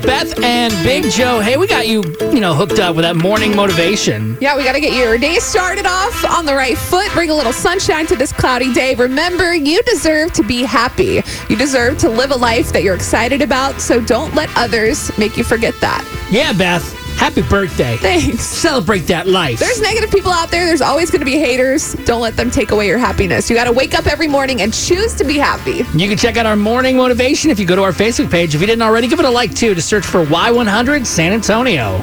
Beth and Big Joe. Hey, we got you, you know, hooked up with that morning motivation. Yeah, we got to get your day started off on the right foot. Bring a little sunshine to this cloudy day. Remember, you deserve to be happy. You deserve to live a life that you're excited about. So don't let others make you forget that. Yeah, Beth. Happy birthday. Thanks. Celebrate that life. There's negative people out there. There's always going to be haters. Don't let them take away your happiness. You got to wake up every morning and choose to be happy. You can check out our morning motivation if you go to our Facebook page. If you didn't already, give it a like too to search for Y100 San Antonio.